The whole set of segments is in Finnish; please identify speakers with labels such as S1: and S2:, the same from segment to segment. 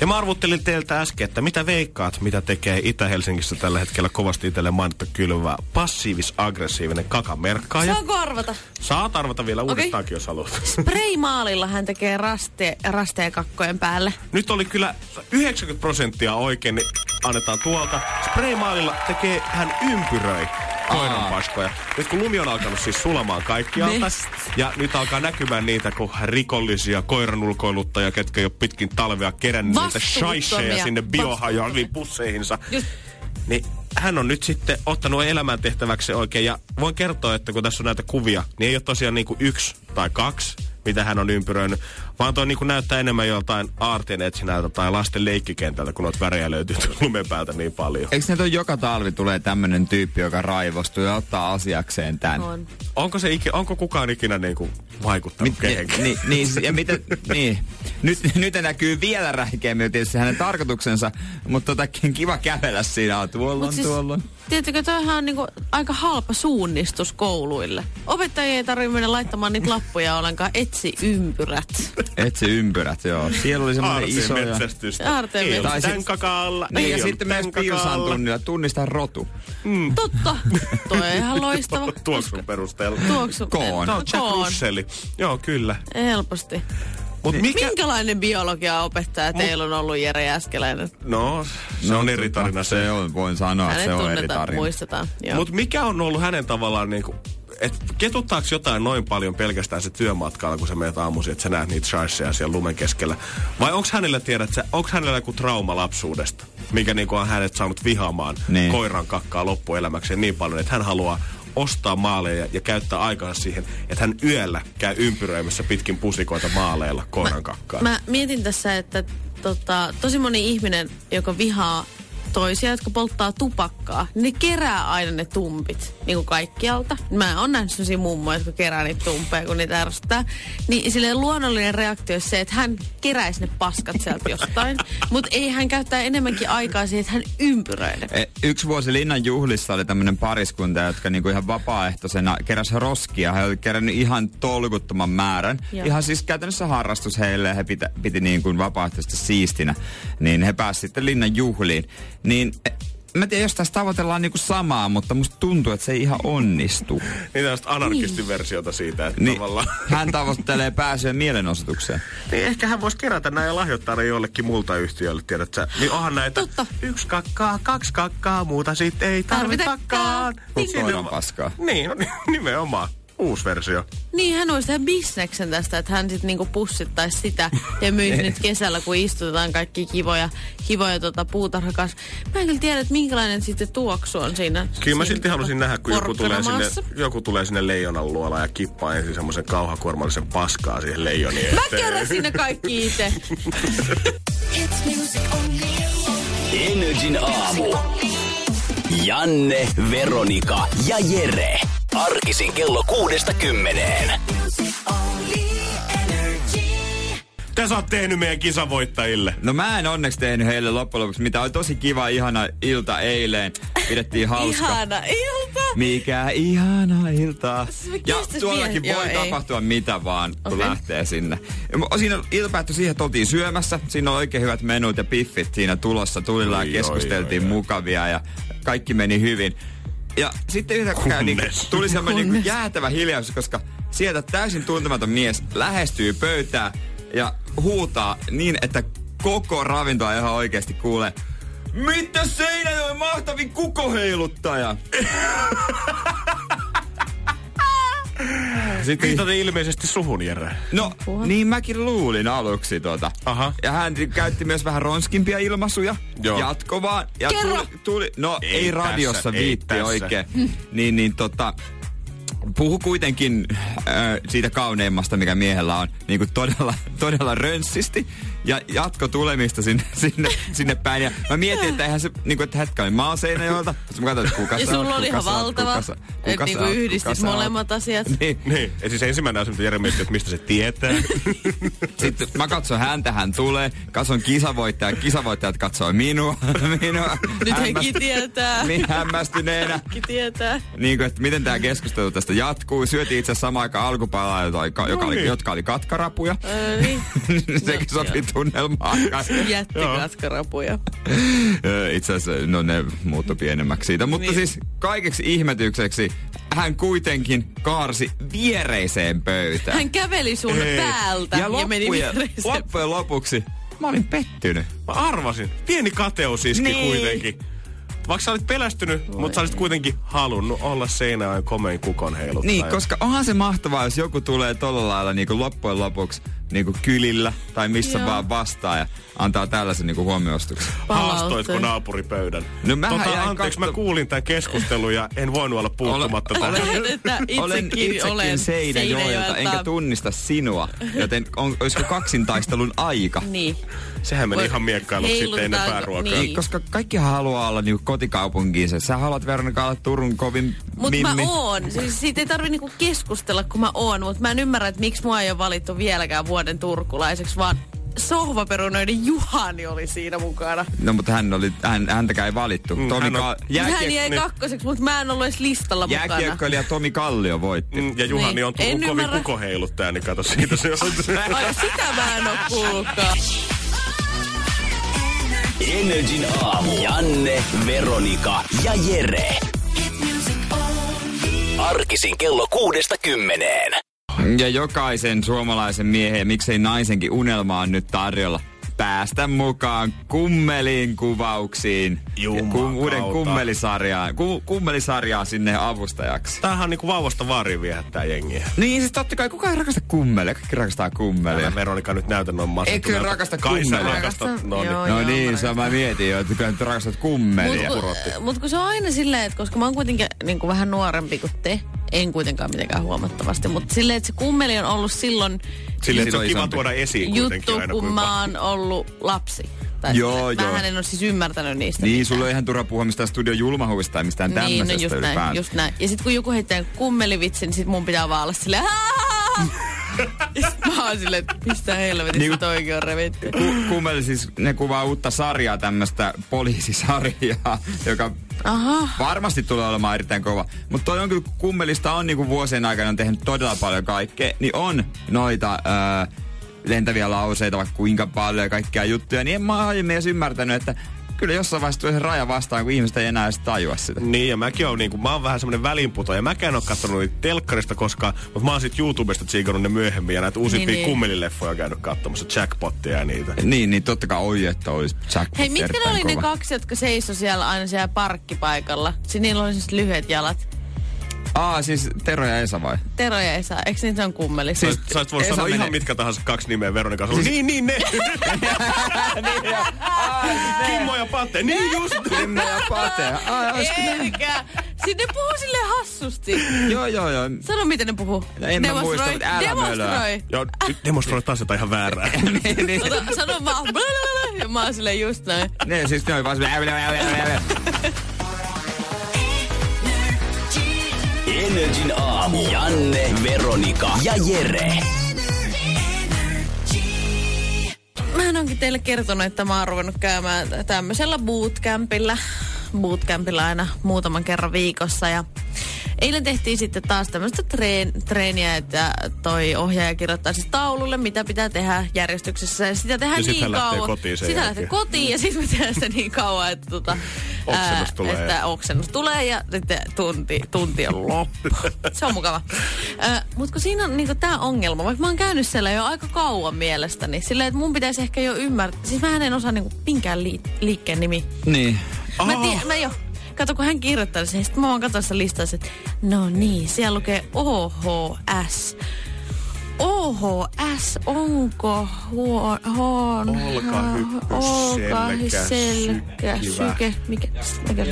S1: Ja mä arvuttelin teiltä äsken, että mitä veikkaat, mitä tekee Itä-Helsingissä tällä hetkellä kovasti itselle mainittu kylvää passiivis-aggressiivinen kakamerkkaaja.
S2: Saanko arvata?
S1: Saat arvata vielä uudestaankin, jos haluat.
S2: Spray-maalilla hän tekee raste, rasteekakkojen päälle.
S1: Nyt oli kyllä 90 prosenttia oikein, niin annetaan tuolta. Spraymaalilla tekee, hän ympyröi koiranpaskoja. Nyt kun lumi on alkanut siis sulamaan kaikkialta,
S2: Mist?
S1: ja nyt alkaa näkymään niitä kun rikollisia koiranulkoiluttajia, ketkä jo pitkin talvea kerännyt niitä
S2: Vastuuttomia.
S1: shaisheja sinne biohajoaviin pusseihinsa.
S2: Just.
S1: Niin hän on nyt sitten ottanut elämäntehtäväksi oikein, ja voin kertoa, että kun tässä on näitä kuvia, niin ei ole tosiaan niinku yksi tai kaksi, mitä hän on ympyröinyt, vaan toi niinku näyttää enemmän joltain aartien etsinältä tai lasten leikkikentältä, kun noita värejä löytyy tuon lumen päältä niin paljon.
S3: Eikö nyt ole joka talvi tulee tämmönen tyyppi, joka raivostuu ja ottaa asiakseen tän?
S2: On.
S1: Onko, se ikinä, onko kukaan ikinä niinku vaikuttanut
S3: Mit, ni,
S1: kehenkään?
S3: ni, niin, siis- ja mitä, niin. Nyt, nyt ne näkyy vielä räikeämmin tietysti hänen tarkoituksensa, mutta tota, kiva kävellä siinä on. Tuolla on,
S2: Mut
S3: siis... tuolla on.
S2: Tiedättekö, toihan on niinku aika halpa suunnistus kouluille. Opettajia ei tarvitse mennä laittamaan niitä lappuja ollenkaan. Etsi ympyrät.
S3: Etsi ympyrät, joo. Siellä oli semmoinen
S1: Aarteen
S3: iso. Ja...
S1: metsästystä.
S2: Aarteen
S1: Ei ollut
S3: metsästys.
S1: tän kakaalla.
S3: Niin,
S1: ei
S3: ja
S1: ollut
S3: sitten myös
S1: tän
S3: Pilsan
S1: kakaalla.
S3: tunnilla tunnistaa rotu.
S1: Mm.
S2: Totta. Toi on ihan loistava.
S1: Tuoksun perusteella.
S2: Tuoksu.
S3: Koon.
S1: Tämä on Jack
S2: Koon.
S1: Russell. Joo, kyllä.
S2: Helposti.
S1: Mut
S3: Niin.
S1: mikä...
S2: Minkälainen biologia opettaja teillä on ollut Jere Jääskeläinen?
S1: No, se no, on eri tarina se.
S3: tota, Se on, voin
S1: Ah,
S3: sanoa, että
S2: Hänet
S3: se on eri
S2: tunnetaan,
S3: tarina.
S2: muistetaan. Joo.
S1: Mutta mikä on ollut hänen tavallaan niinku, että ketuttaako jotain noin paljon pelkästään se työmatkalla, kun sä menet aamuisin, että sä näet niitä shaisseja siellä lumen keskellä? Vai onko hänellä, tiedät sä, onko hänellä joku trauma lapsuudesta, mikä niinku on hänet saanut vihaamaan
S3: Niin.
S1: koiran kakkaa loppuelämäkseen niin paljon, että hän haluaa ostaa maaleja ja käyttää aikaansa siihen, että hän yöllä käy ympyröimässä pitkin pusikoita maaleilla koiran kakkaa.
S2: Mä mietin tässä, että tota, tosi moni ihminen, joka vihaa toisia, jotka polttaa tupakkaa, niin ne kerää aina ne tumpit niin kuin kaikkialta. Mä oon nähnyt sellaisia mummoja, jotka kerää niitä tumpeja, kun niitä ärsyttää. Niin silleen luonnollinen reaktio olisi se, että hän keräisi ne paskat sieltä jostain. Mutta ei hän käyttää enemmänkin aikaa siihen, että hän ympyröi ne.
S3: E, Yksi vuosi Linnan juhlissa oli tämmöinen pariskunta, jotka niinku ihan vapaaehtoisena keräs roskia. He oli kerännyt ihan tolkuttoman määrän.
S2: Joo.
S3: Joo. Ihan siis käytännössä harrastus heille ja he pitä, piti niin kuin vapaaehtoisesti siistinä. Niin he pääsivät sitten Linnan juhliin. Niin e, Mä en tiedä, jos tässä tavoitellaan niinku samaa, mutta musta tuntuu, että se ei ihan onnistu.
S1: Niin tällaista anarkistin versiota siitä, että
S3: Niin,
S1: tavallaan...
S3: hän tavoittelee pääsyä mielenosoitukseen.
S1: Niin ehkä hän voisi kerätä nämä ja lahjoittaa ne jollekin muulta yhtiölle, tiedät sä. Niin onhan näitä
S2: Totta.
S1: yksi kakkaa, kaksi kakkaa, muuta sitten ei tarvitakaan.
S2: Tarvitakaan.
S3: Mut
S1: Sinne
S3: koiran
S1: va-
S3: paskaa.
S1: Niin, no, ni- nimenomaan. Uusi versio.
S2: Niin, hän olisi tehdä bisneksen tästä, että hän sitten niinku pussittaisi sitä ja myisi nyt kesällä, kun istutetaan kaikki kivoja, kivoja tota puutarhakas. Mä en kyllä tiedä, että minkälainen sitten tuoksu on siinä.
S1: Kyllä mä
S2: siinä
S1: silti halusin nähdä, kun joku tulee, sinne,
S2: porkkanamaassa.
S1: joku tulee sinne leijonan luolaan ja kippaa ensin semmoisen kauhakuormallisen paskaa siihen leijonien
S2: Mä
S1: eteen.
S2: kerron sinne kaikki itse.
S4: Energin aamu. Janne, Veronika ja Jere. Arkisin kello kuudesta kymmeneen.
S1: Mitä sä oot tehnyt meidän kisavoittajille?
S2: Niin.
S3: No mä en onneksi tehnyt heille loppujen lopuksi, mitä oli tosi kiva, ihana ilta eilen. Pidettiin hauska.
S2: Ihana ilta.
S3: Mikä ihana ilta.
S2: me
S3: Ja
S2: kestis
S3: tuollakin
S2: mie-
S3: voi
S2: Joo, ei.
S3: tapahtua mitä vaan, kun
S2: Okei.
S3: lähtee sinne. Ja Siinä ilta päättyi siihen, että oltiin syömässä. Siinä oli oikein hyvät menut ja piffit siinä tulossa. Tulillaan
S1: Oi,
S3: keskusteltiin
S1: oi, oi, oi.
S3: mukavia ja kaikki meni hyvin. Ja sitten yhtäkkiä niin,
S1: Kunnes.
S3: tuli semmoinen niin
S2: Kunnes.
S3: jäätävä hiljaisuus, koska sieltä täysin tuntematon mies lähestyy pöytää ja huutaa niin, että koko ravintoa ihan oikeasti kuulee. Mitä Seinäjoen mahtavin kukoheiluttaja?
S1: Eh,
S3: Sitten,
S1: Viitaten ilmeisesti suhun, Jere.
S3: no, niin mäkin luulin aluksi tota.
S1: Aha.
S3: Ja hän käytti myös vähän ronskimpia ilmaisuja.
S1: Joo.
S3: Jatko vaan. Ja
S2: Kerro!
S3: Tuli, tuli, no ei,
S1: Ei
S3: ei radiossa
S1: tässä, ei
S3: viitti
S1: tässä.
S3: oikein. Niin, niin tota, puhu kuitenkin äh, siitä kauneimmasta, mikä miehellä on, niin kuin todella, todella rönssisti. ja jatko tulemista sinne, sinne, sinne päin. Ja mä mietin, että eihän se, niin kuin, että hetkinen, mä oon Seinäjoelta. Sitten mä katsoin, että kuka
S2: Ja
S3: sä
S2: sulla
S3: oot,
S2: oli
S3: kuka
S2: ihan
S3: sä oot,
S2: valtava,
S3: kuka sä-
S2: että
S3: kuka
S2: niinku
S3: sä oot,
S2: yhdistit
S3: kuka sä oot.
S2: molemmat asiat.
S3: Niin.
S1: Niin, ja siis ensimmäinen asia, mitä Jere miettii, että mistä se tietää.
S3: Sitten mä katson häntä, hän tulee. Katson kisavoittaja, kisavoittajat katsoo minua. minua.
S2: Nyt
S3: Hämmästy-
S2: hekin tietää.
S3: Niin hämmästyneenä.
S2: Hekin tietää.
S3: Niin kuin, että miten tämä keskustelu tästä jatkuu. Syötiin itse asiassa samaan aikaan alkupalaa, jota, joka, joka oli, jotka oli katkarapuja.
S2: Öö, niin.
S3: Sekin
S2: No,
S3: sopii tunnelmaan.
S2: Jätti katkarapuja.
S3: Ö, Itse asiassa, no ne muuttu pienemmäksi siitä. Mutta
S2: Niin.
S3: siis kaikeksi ihmetykseksi hän kuitenkin kaarsi viereiseen pöytään.
S2: Hän käveli sun päältä ja, meni
S3: loppujen,
S2: viereiseen.
S3: loppujen lopuksi mä olin pettynyt.
S1: Mä arvasin. Pieni kateus iski
S3: Niin.
S1: niin. kuitenkin. Vaikka sä olit pelästynyt, mutta sä olisit kuitenkin halunnut olla seinään komein kukon heiluttaja.
S3: Niin, koska onhan se mahtavaa, jos joku tulee tolla lailla niin kuin loppujen lopuksi niin kuin kylillä tai missä
S2: Joo.
S3: vaan vastaan ja antaa tällaisen niin kuin huomioostuksen.
S1: Haastoitko naapuripöydän?
S3: No mähän
S1: tota,
S3: jäin
S1: anteeksi,
S3: katso-
S1: mä kuulin tämän keskustelun ja en voinut olla puuttumatta
S3: Ole-
S1: tähän.
S2: Olet, että itsekin
S3: olen itsekin
S2: olen
S3: Seinäjoelta, enkä tunnista sinua, joten on, olisiko kaksintaistelun aika?
S2: Niin.
S1: Sehän meni
S2: Voi-
S1: ihan miekkailuksi sitten ennen
S2: heiluttaa-
S1: pääruokaa.
S2: niin.
S3: Niin, koska kaikkihan haluaa olla niinku kotikaupunkiinsa. Sä haluat Veronika olla Turun kovin
S2: Mut
S3: mimmi.
S2: mä oon. Siis siitä ei tarvi niinku keskustella, kun mä oon. Mut mä en ymmärrä, että miksi mua ei ole valittu vieläkään vuoden turkulaiseksi, vaan sohvaperunoiden Juhani oli siinä mukana.
S3: No mutta hän oli, hän, häntäkään ei valittu. Mm, Tomi
S1: hän on-
S3: Ka-
S2: hän
S3: jääkiek-
S2: jäi
S1: niin.
S2: kakkoseksi, mutta mä en ollut edes listalla mukana.
S3: jääkiekkoilija Tomi Kallio voitti. Mm.
S1: Mm, Ja Juhani
S2: Niin.
S1: on
S2: En
S1: tullut kovin
S2: ymmärrä.
S1: kukon heiluttaja, niin kato siitä se on.
S2: Ai sitä mä en oo kuullutkaan.
S4: Energin aamu. Janne, Veronika ja Jere. Arkisin kello kuudesta kymmeneen.
S3: Ja jokaisen suomalaisen miehen ja miksei naisenkin unelma on nyt tarjolla päästä mukaan kummeliin kuvauksiin.
S1: Jumakauta.
S3: uuden kummelisarjaan, ku, kummelisarjaan sinne avustajaksi.
S1: Tämähän on niinku vauvasta vaariin viehättää jengiä.
S3: Niin siis totta kai, kuka ei rakasta kummelia? Kaikki rakastaa kummelia.
S1: Älä Veronika nyt näytä noin masentuneelta.
S3: Eikö rakasta
S1: Kai sä
S3: kummelia?
S1: rakastat.
S2: Rakastan,
S1: No niin.
S2: joo.
S3: No
S2: mä
S3: niin,
S2: rakastan.
S3: sä mä mietin jo, että kyllä nyt rakastat kummelia.
S2: Mut kun, mut kun se on aina silleen, että koska mä oon kuitenkin niin kuin vähän nuorempi kuin te, en kuitenkaan mitenkään huomattavasti, mutta silleen, että se kummeli on ollut silloin
S1: Silleen, että se on
S3: Silloin
S1: kiva
S3: isompi.
S1: tuoda esiin kuitenkin
S2: juttu,
S1: aina.
S2: kun
S1: kuinka-
S2: mä oon ollut lapsi.
S3: Joo,
S2: silleen.
S3: joo.
S2: Mähän en ole siis ymmärtänyt niistä.
S3: Niin, sulla on ihan turha puhua mistään studion julmahuista tai mistään
S2: mitään. niin,
S3: tämmöisestä
S2: no just näin,
S3: ylipäänsä.
S2: just näin. Ja sit kun joku heittää kummelivitsin, niin sit mun pitää vaan olla silleen "Aah!" Ja sit mä oon silleen, että mistä
S3: Niin
S2: helvetistä
S3: kuin-
S2: toikin on revitty.
S3: Ku- Kummeli siis, ne kuvaa uutta sarjaa, tämmöistä poliisisarjaa, joka
S2: Aha.
S3: varmasti tulee olemaan erittäin kova. Mutta toi on kyllä, kun kummelista on niinku vuosien aikana tehnyt todella paljon kaikkea, niin on noita öö, lentäviä lauseita, vaikka kuinka paljon ja kaikkia juttuja, niin en mä aiemmin edes ymmärtänyt, että kyllä jossain vaiheessa tulee se raja vastaan, kun ihmiset ei enää edes tajua sitä.
S1: Niin, ja mäkin on niinku, mä oon vähän semmonen välinputoja. Mäkään en oo kattonut niitä telkkarista koskaan, mutta mä oon sit YouTubesta tsiikannut ne myöhemmin ja näitä uusimpia
S2: niin.
S1: niin, kummelileffoja on käynyt katsomassa, jackpottia ja niitä.
S3: Niin, niin totta kai oi, että olisi jackpot
S2: Hei, mitkä ne
S3: erittäin
S2: oli
S3: kova.
S2: ne kaksi, jotka seiso siellä aina siellä parkkipaikalla? Siis niillä oli siis lyhyet jalat.
S3: Aa, siis Tero ja Esa vai?
S2: Tero ja Esa, eikö niitä on kummelissa?
S3: Siis-
S2: Siis...
S1: Sä oot voinut
S3: Esa
S1: sanoa
S3: menee.
S1: ihan mitkä tahansa kaksi nimeä Veronika. Siis... Niin, niin, ne.
S3: Niin,
S1: Kimmo ja Pate. Niin just.
S3: Emma ja Pate. Ai, olisiko ne?
S2: Eikä. Siis ne puhuu sille hassusti.
S3: Joo, joo, joo.
S2: Sano, miten ne puhuu.
S3: No en mä muista, mutta älä
S2: Demonstroi.
S1: Joo, nyt demonstroi taas jotain ihan väärää.
S3: niin, niin.
S2: Ota, sano vaan. blablabla, Ja mä oon silleen just näin.
S3: Ne siis ne oli vaan semmoinen...
S4: Energin aamu. Janne, Veronika ja Jere.
S2: Mä onkin teille kertonut, että mä oon ruvennut käymään tämmöisellä bootcampilla. Bootcampilla aina muutaman kerran viikossa ja Eilen tehtiin sitten taas tämmöistä treen, treeniä, että toi ohjaaja kirjoittaa siis taululle, mitä pitää tehdä järjestyksessä. Ja sitä tehdään
S1: Ja sit
S2: niin
S1: hän lähtee
S2: kauan.
S1: kotiin sen
S2: sitä
S1: jälkeen.
S2: lähtee kotiin ja sitten me tehdään sitä niin kauan, että tota,
S1: Oksennus tulee.
S2: Että oksennus tulee ja sitten tunti, tunti on loppu. Se on mukava. Mutta kun siinä on niinku tämä ongelma, vaikka mä oon käynyt siellä jo aika kauan mielestäni, silleen, että mun pitäisi ehkä jo ymmärtää, siis mä en osaa niinku minkään li- liikkeen nimi.
S3: Niin.
S2: Mä, tie, mä jo, kato kun hän kirjoittaa sen, sitten mä vaan katsoin sitä listaa, että no niin, siellä lukee OHS. OHS, onko huo, hon,
S1: Olkahyppy,
S2: olkahy-
S1: selkä,
S2: selkä,
S1: sykivä.
S2: syke, mikä, mikä,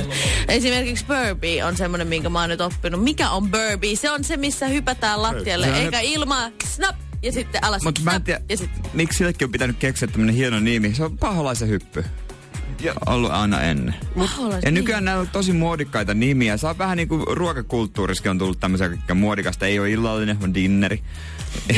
S2: Esimerkiksi burpee on semmoinen, minkä mä oon nyt oppinut. Mikä on burpee? Se on se, missä hypätään lattialle,
S3: Sehän
S2: eikä ilmaa, snap, ja sitten alas.
S3: Mutta mä en tiedä,
S2: Ja sitten
S3: miksi sillekin on pitänyt keksiä tämmönen hieno nimi. Se on paholaisen hyppy. Ja. Ollut aina ennen.
S2: Paholaisen
S3: ja nykyään näillä on tosi muodikkaita nimiä. Se on vähän niin kuin ruokakulttuurissakin on tullut tämmöisiä kaikkea muodikasta. Ei ole illallinen, on dinneri. ja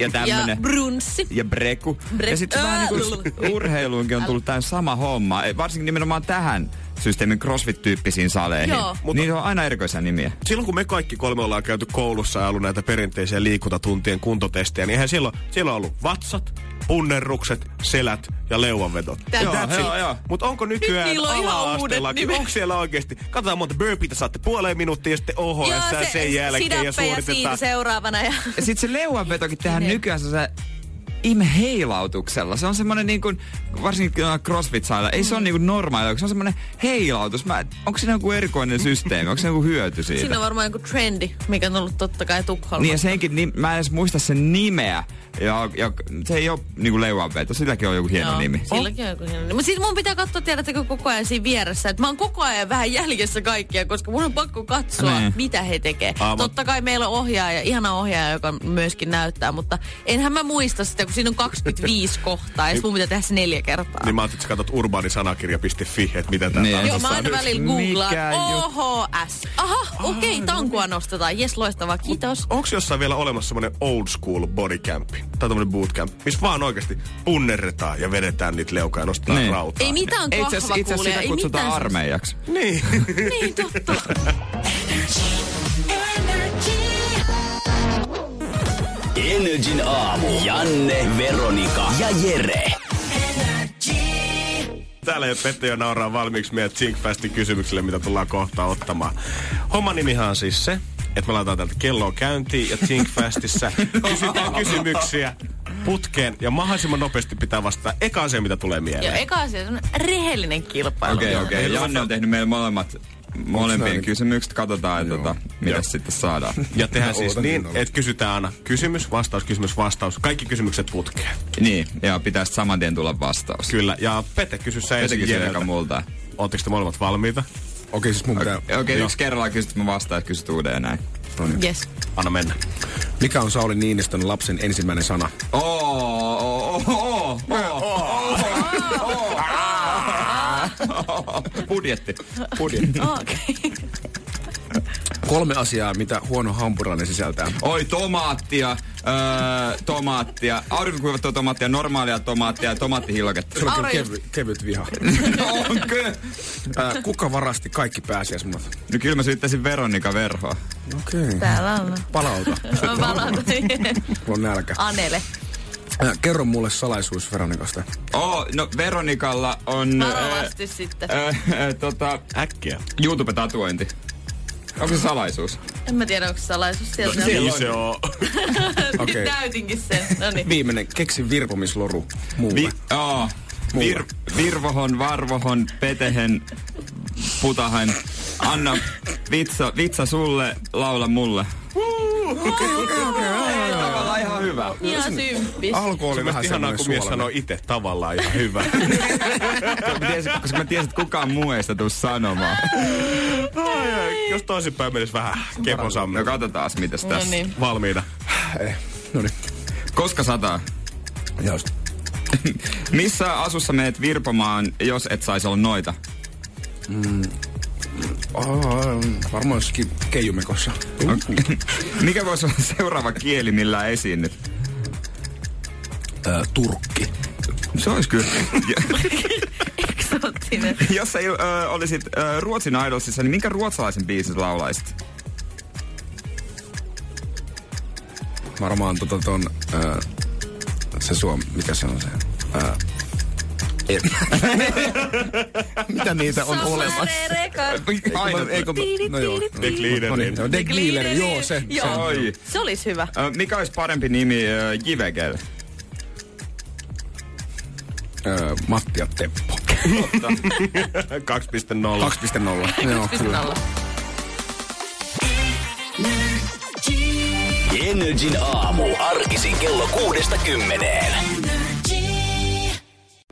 S2: ja
S3: tämmönen.
S2: brunssi.
S3: ja breku.
S2: Bre-
S3: ja sitten vähän niin
S2: Ää,
S3: kuin urheiluunkin on tullut tämä sama homma. Ei, Varsinkin nimenomaan tähän systeemin crossfit-tyyppisiin saleihin.
S2: Joo.
S3: Mutta... Niillä on aina erikoisia nimiä.
S1: silloin kun me kaikki kolme ollaan käyty koulussa ja ollut näitä perinteisiä liikuntatuntien kuntotestejä, niin eihän silloin, silloin on ollut vatsat, punnerrukset, selät ja leuanvedot.
S2: Tää- Joo,
S3: joo, joo.
S1: Mutta onko nykyään
S2: niillä on ihan uudet
S1: ala-asteellakin,
S2: nimet.
S1: onko siellä oikeasti, katsotaan monta burpeeitä saatte puoleen minuuttiin ja sitten OHS
S2: Joo,
S1: ja
S2: se-
S1: sen jälkeen ja
S2: sidappeja siinä
S1: suoritetaan.
S2: seuraavana. Ja...
S3: Ja sit se leuanvetokin tehdään
S2: Niin.
S3: nykyään se imheilautuksella. Se on semmonen niin kuin, varsinkin noilla crossfit sailla ei se
S2: Mm.
S3: on niin kuin normaali, se on semmonen heilautus. Mä, onko siinä joku erikoinen systeemi, onko siinä joku hyöty siitä?
S2: Siinä on varmaan joku trendi, mikä on ollut totta kai Tukholmassa.
S3: Niin ja senkin, nim, mä en edes muista sen nimeä. Ja, ja se ei ole niinku leuanveto, silläkin on joku hieno
S2: Joo,
S3: nimi.
S2: Silläkin on joku hieno nimi. Mutta sit mun pitää katsoa, tiedättekö, koko ajan siinä vieressä. Että mä oon koko ajan vähän jäljessä kaikkia, koska mun on pakko katsoa,
S3: Niin.
S2: mitä he tekee.
S1: Aivan.
S2: Totta kai meillä on ohjaaja, ihana ohjaaja, joka myöskin näyttää. Mutta enhän mä muista sitä, kun siinä on 25 kohtaa. Ja sit mun pitää tehdä se neljä kertaa.
S1: Niin mä ajattelin, että sä katsot urbaanisanakirja.fi, että mitä tää
S3: Niin.
S1: niin.
S2: Joo, mä aina välillä googlaan.
S3: Mikä juttu? no niin.
S2: OHS. Aha, okei, okay, tankua nostetaan. Jes, loistavaa, kiitos.
S1: Onko jossain vielä olemassa semmonen old school bodycamp tai tämmönen bootcamp, missä vaan oikeasti punnerretaan ja vedetään niitä leukaa ja nostetaan
S3: Niin.
S1: rautaa?
S2: Ei mitään
S3: Ei itse asiassa- itse asiassa
S2: kahvakuulia,
S3: sitä
S2: ei
S3: kutsutaan
S2: mitään. semmoista.
S3: armeijaksi.
S1: Niin.
S2: Niin, totta.
S4: Energin aamu. Janne, Veronika ja Jere.
S1: Täällä jo Pette jo nauraa valmiiksi meidän Zinkfastin kysymyksille, mitä tullaan kohta ottamaan. Homman nimihan on siis se, että me laitetaan täältä kelloa käyntiin ja Zinkfastissa kysytään kysymyksiä putkeen ja mahdollisimman nopeasti pitää vastata eka asia, mitä tulee
S2: Ja
S1: mieleen.
S2: eka asia on rehellinen kilpailu.
S3: Okei, okei. Janne on tehnyt meille molemmat
S1: näin?
S3: molempien kysymykset. Katsotaan, että tota, mitä sitten saadaan.
S1: Ja tehdään siis
S5: Ootan
S1: niin,
S5: innolla.
S1: että kysytään aina kysymys, vastaus, kysymys, vastaus. Kaikki kysymykset putkeen.
S3: Niin, ja pitää sitten saman tien tulla vastaus.
S1: Kyllä, ja Pete kysy sä
S3: Jotenkin
S1: ensin
S3: kysyy joka
S1: Jereltä.
S3: multa.
S1: Ootteko te molemmat valmiita?
S5: Okei, siis mun pitää...
S3: Okei, okay, yksi kerrallaan kysyt, mä vastaan, että kysyt uudelleen näin.
S2: Yes.
S1: Anna mennä.
S5: Mikä on Sauli Niinistön lapsen ensimmäinen sana?
S3: Oo, oo, oo, oo, oo. Budjetti. Budjetti.
S2: Okei.
S5: Kolme asiaa, mitä huono hampurilainen sisältää.
S3: Oi, tomaattia, öö, tomaattia, aurinkokuivattua tomaattia, normaalia tomaattia ja tomaattihilloketta.
S5: Se on kyllä
S2: Aurinko-
S5: kevy, kevyt viha.
S3: Onko?
S5: Ää, Kuka varasti kaikki pääsiäismunat?
S3: No kyllä mä syyttäisin Veronika Verhoa.
S5: Okei. Okay.
S2: Täällä on.
S5: Palauta.
S2: Mä palaan.
S5: Mulla on nälkä.
S2: Anele.
S5: Ää, Kerro mulle salaisuus Veronikasta.
S3: Oo, no Veronikalla on...
S2: Varovasti sitten.
S3: öö, öö, tota,
S1: Äkkiä.
S3: YouTube-tatuointi. Onko se salaisuus?
S2: En mä tiedä, onko salaisuus sieltä.
S1: Ei Niin se oo.
S5: No, Okei.
S2: Nyt täytinkin sen. No niin.
S5: Viimeinen, keksi virpomisloru muulle.
S3: Vi,
S5: Vi-
S3: oo,
S5: Mulle.
S3: vir, virvohon, varvohon, petehen, putahen, anna vitsa, vitsa sulle, laula mulle. Tavallaan ihan hyvä.
S2: Ihan symppis.
S5: Alku
S1: Se
S5: oli
S1: on
S5: vähän
S1: musta ihanaa,
S5: semmoinen
S1: kun mies sanoo
S5: suolainen.
S1: itse tavallaan ihan hyvä.
S3: Mä tiesin, koska mä tiesin, että kukaan muu ei sitä tuu sanomaan.
S1: Ai, ai, Jos toisinpäin menisi vähän keposamme.
S3: No katsotaan, mitäs
S2: No
S3: tässä.
S2: niin.
S1: Valmiina.
S5: Ei, No niin.
S3: Koska sataa?
S5: Just.
S3: Missä asussa meet virpomaan, jos et saisi olla noita?
S5: Oh, varmaan jossakin keijumikossa.
S3: Mikä voisi olla seuraava kieli, millä esiinnyt?
S5: Ää, Turkki.
S3: Se olisi kyllä.
S2: Eksoottinen.
S3: Jos sä ö, olisit ö, Ruotsin idolsissa, niin minkä ruotsalaisen biisin laulaisit?
S5: Varmaan tota ton... Ää, se suom... Mikä se on se? Ää, ei. Mitä niitä on olemassa?
S3: Aina.
S5: Eikö, no joo.
S1: Dick
S5: No niin,
S1: Leaderin.
S5: joo, Dick Leader, joo se. se.
S2: Joo.
S3: Oi.
S2: Se olisi hyvä.
S3: Ö, Mikä olisi parempi nimi ö, Jivegel?
S5: Öö, Matti ja Teppo.
S1: 2.0.
S5: 2.0. Joo, kyllä.
S2: Pistalla.
S4: Energin aamu. Arkisin kello kuudesta kymmeneen.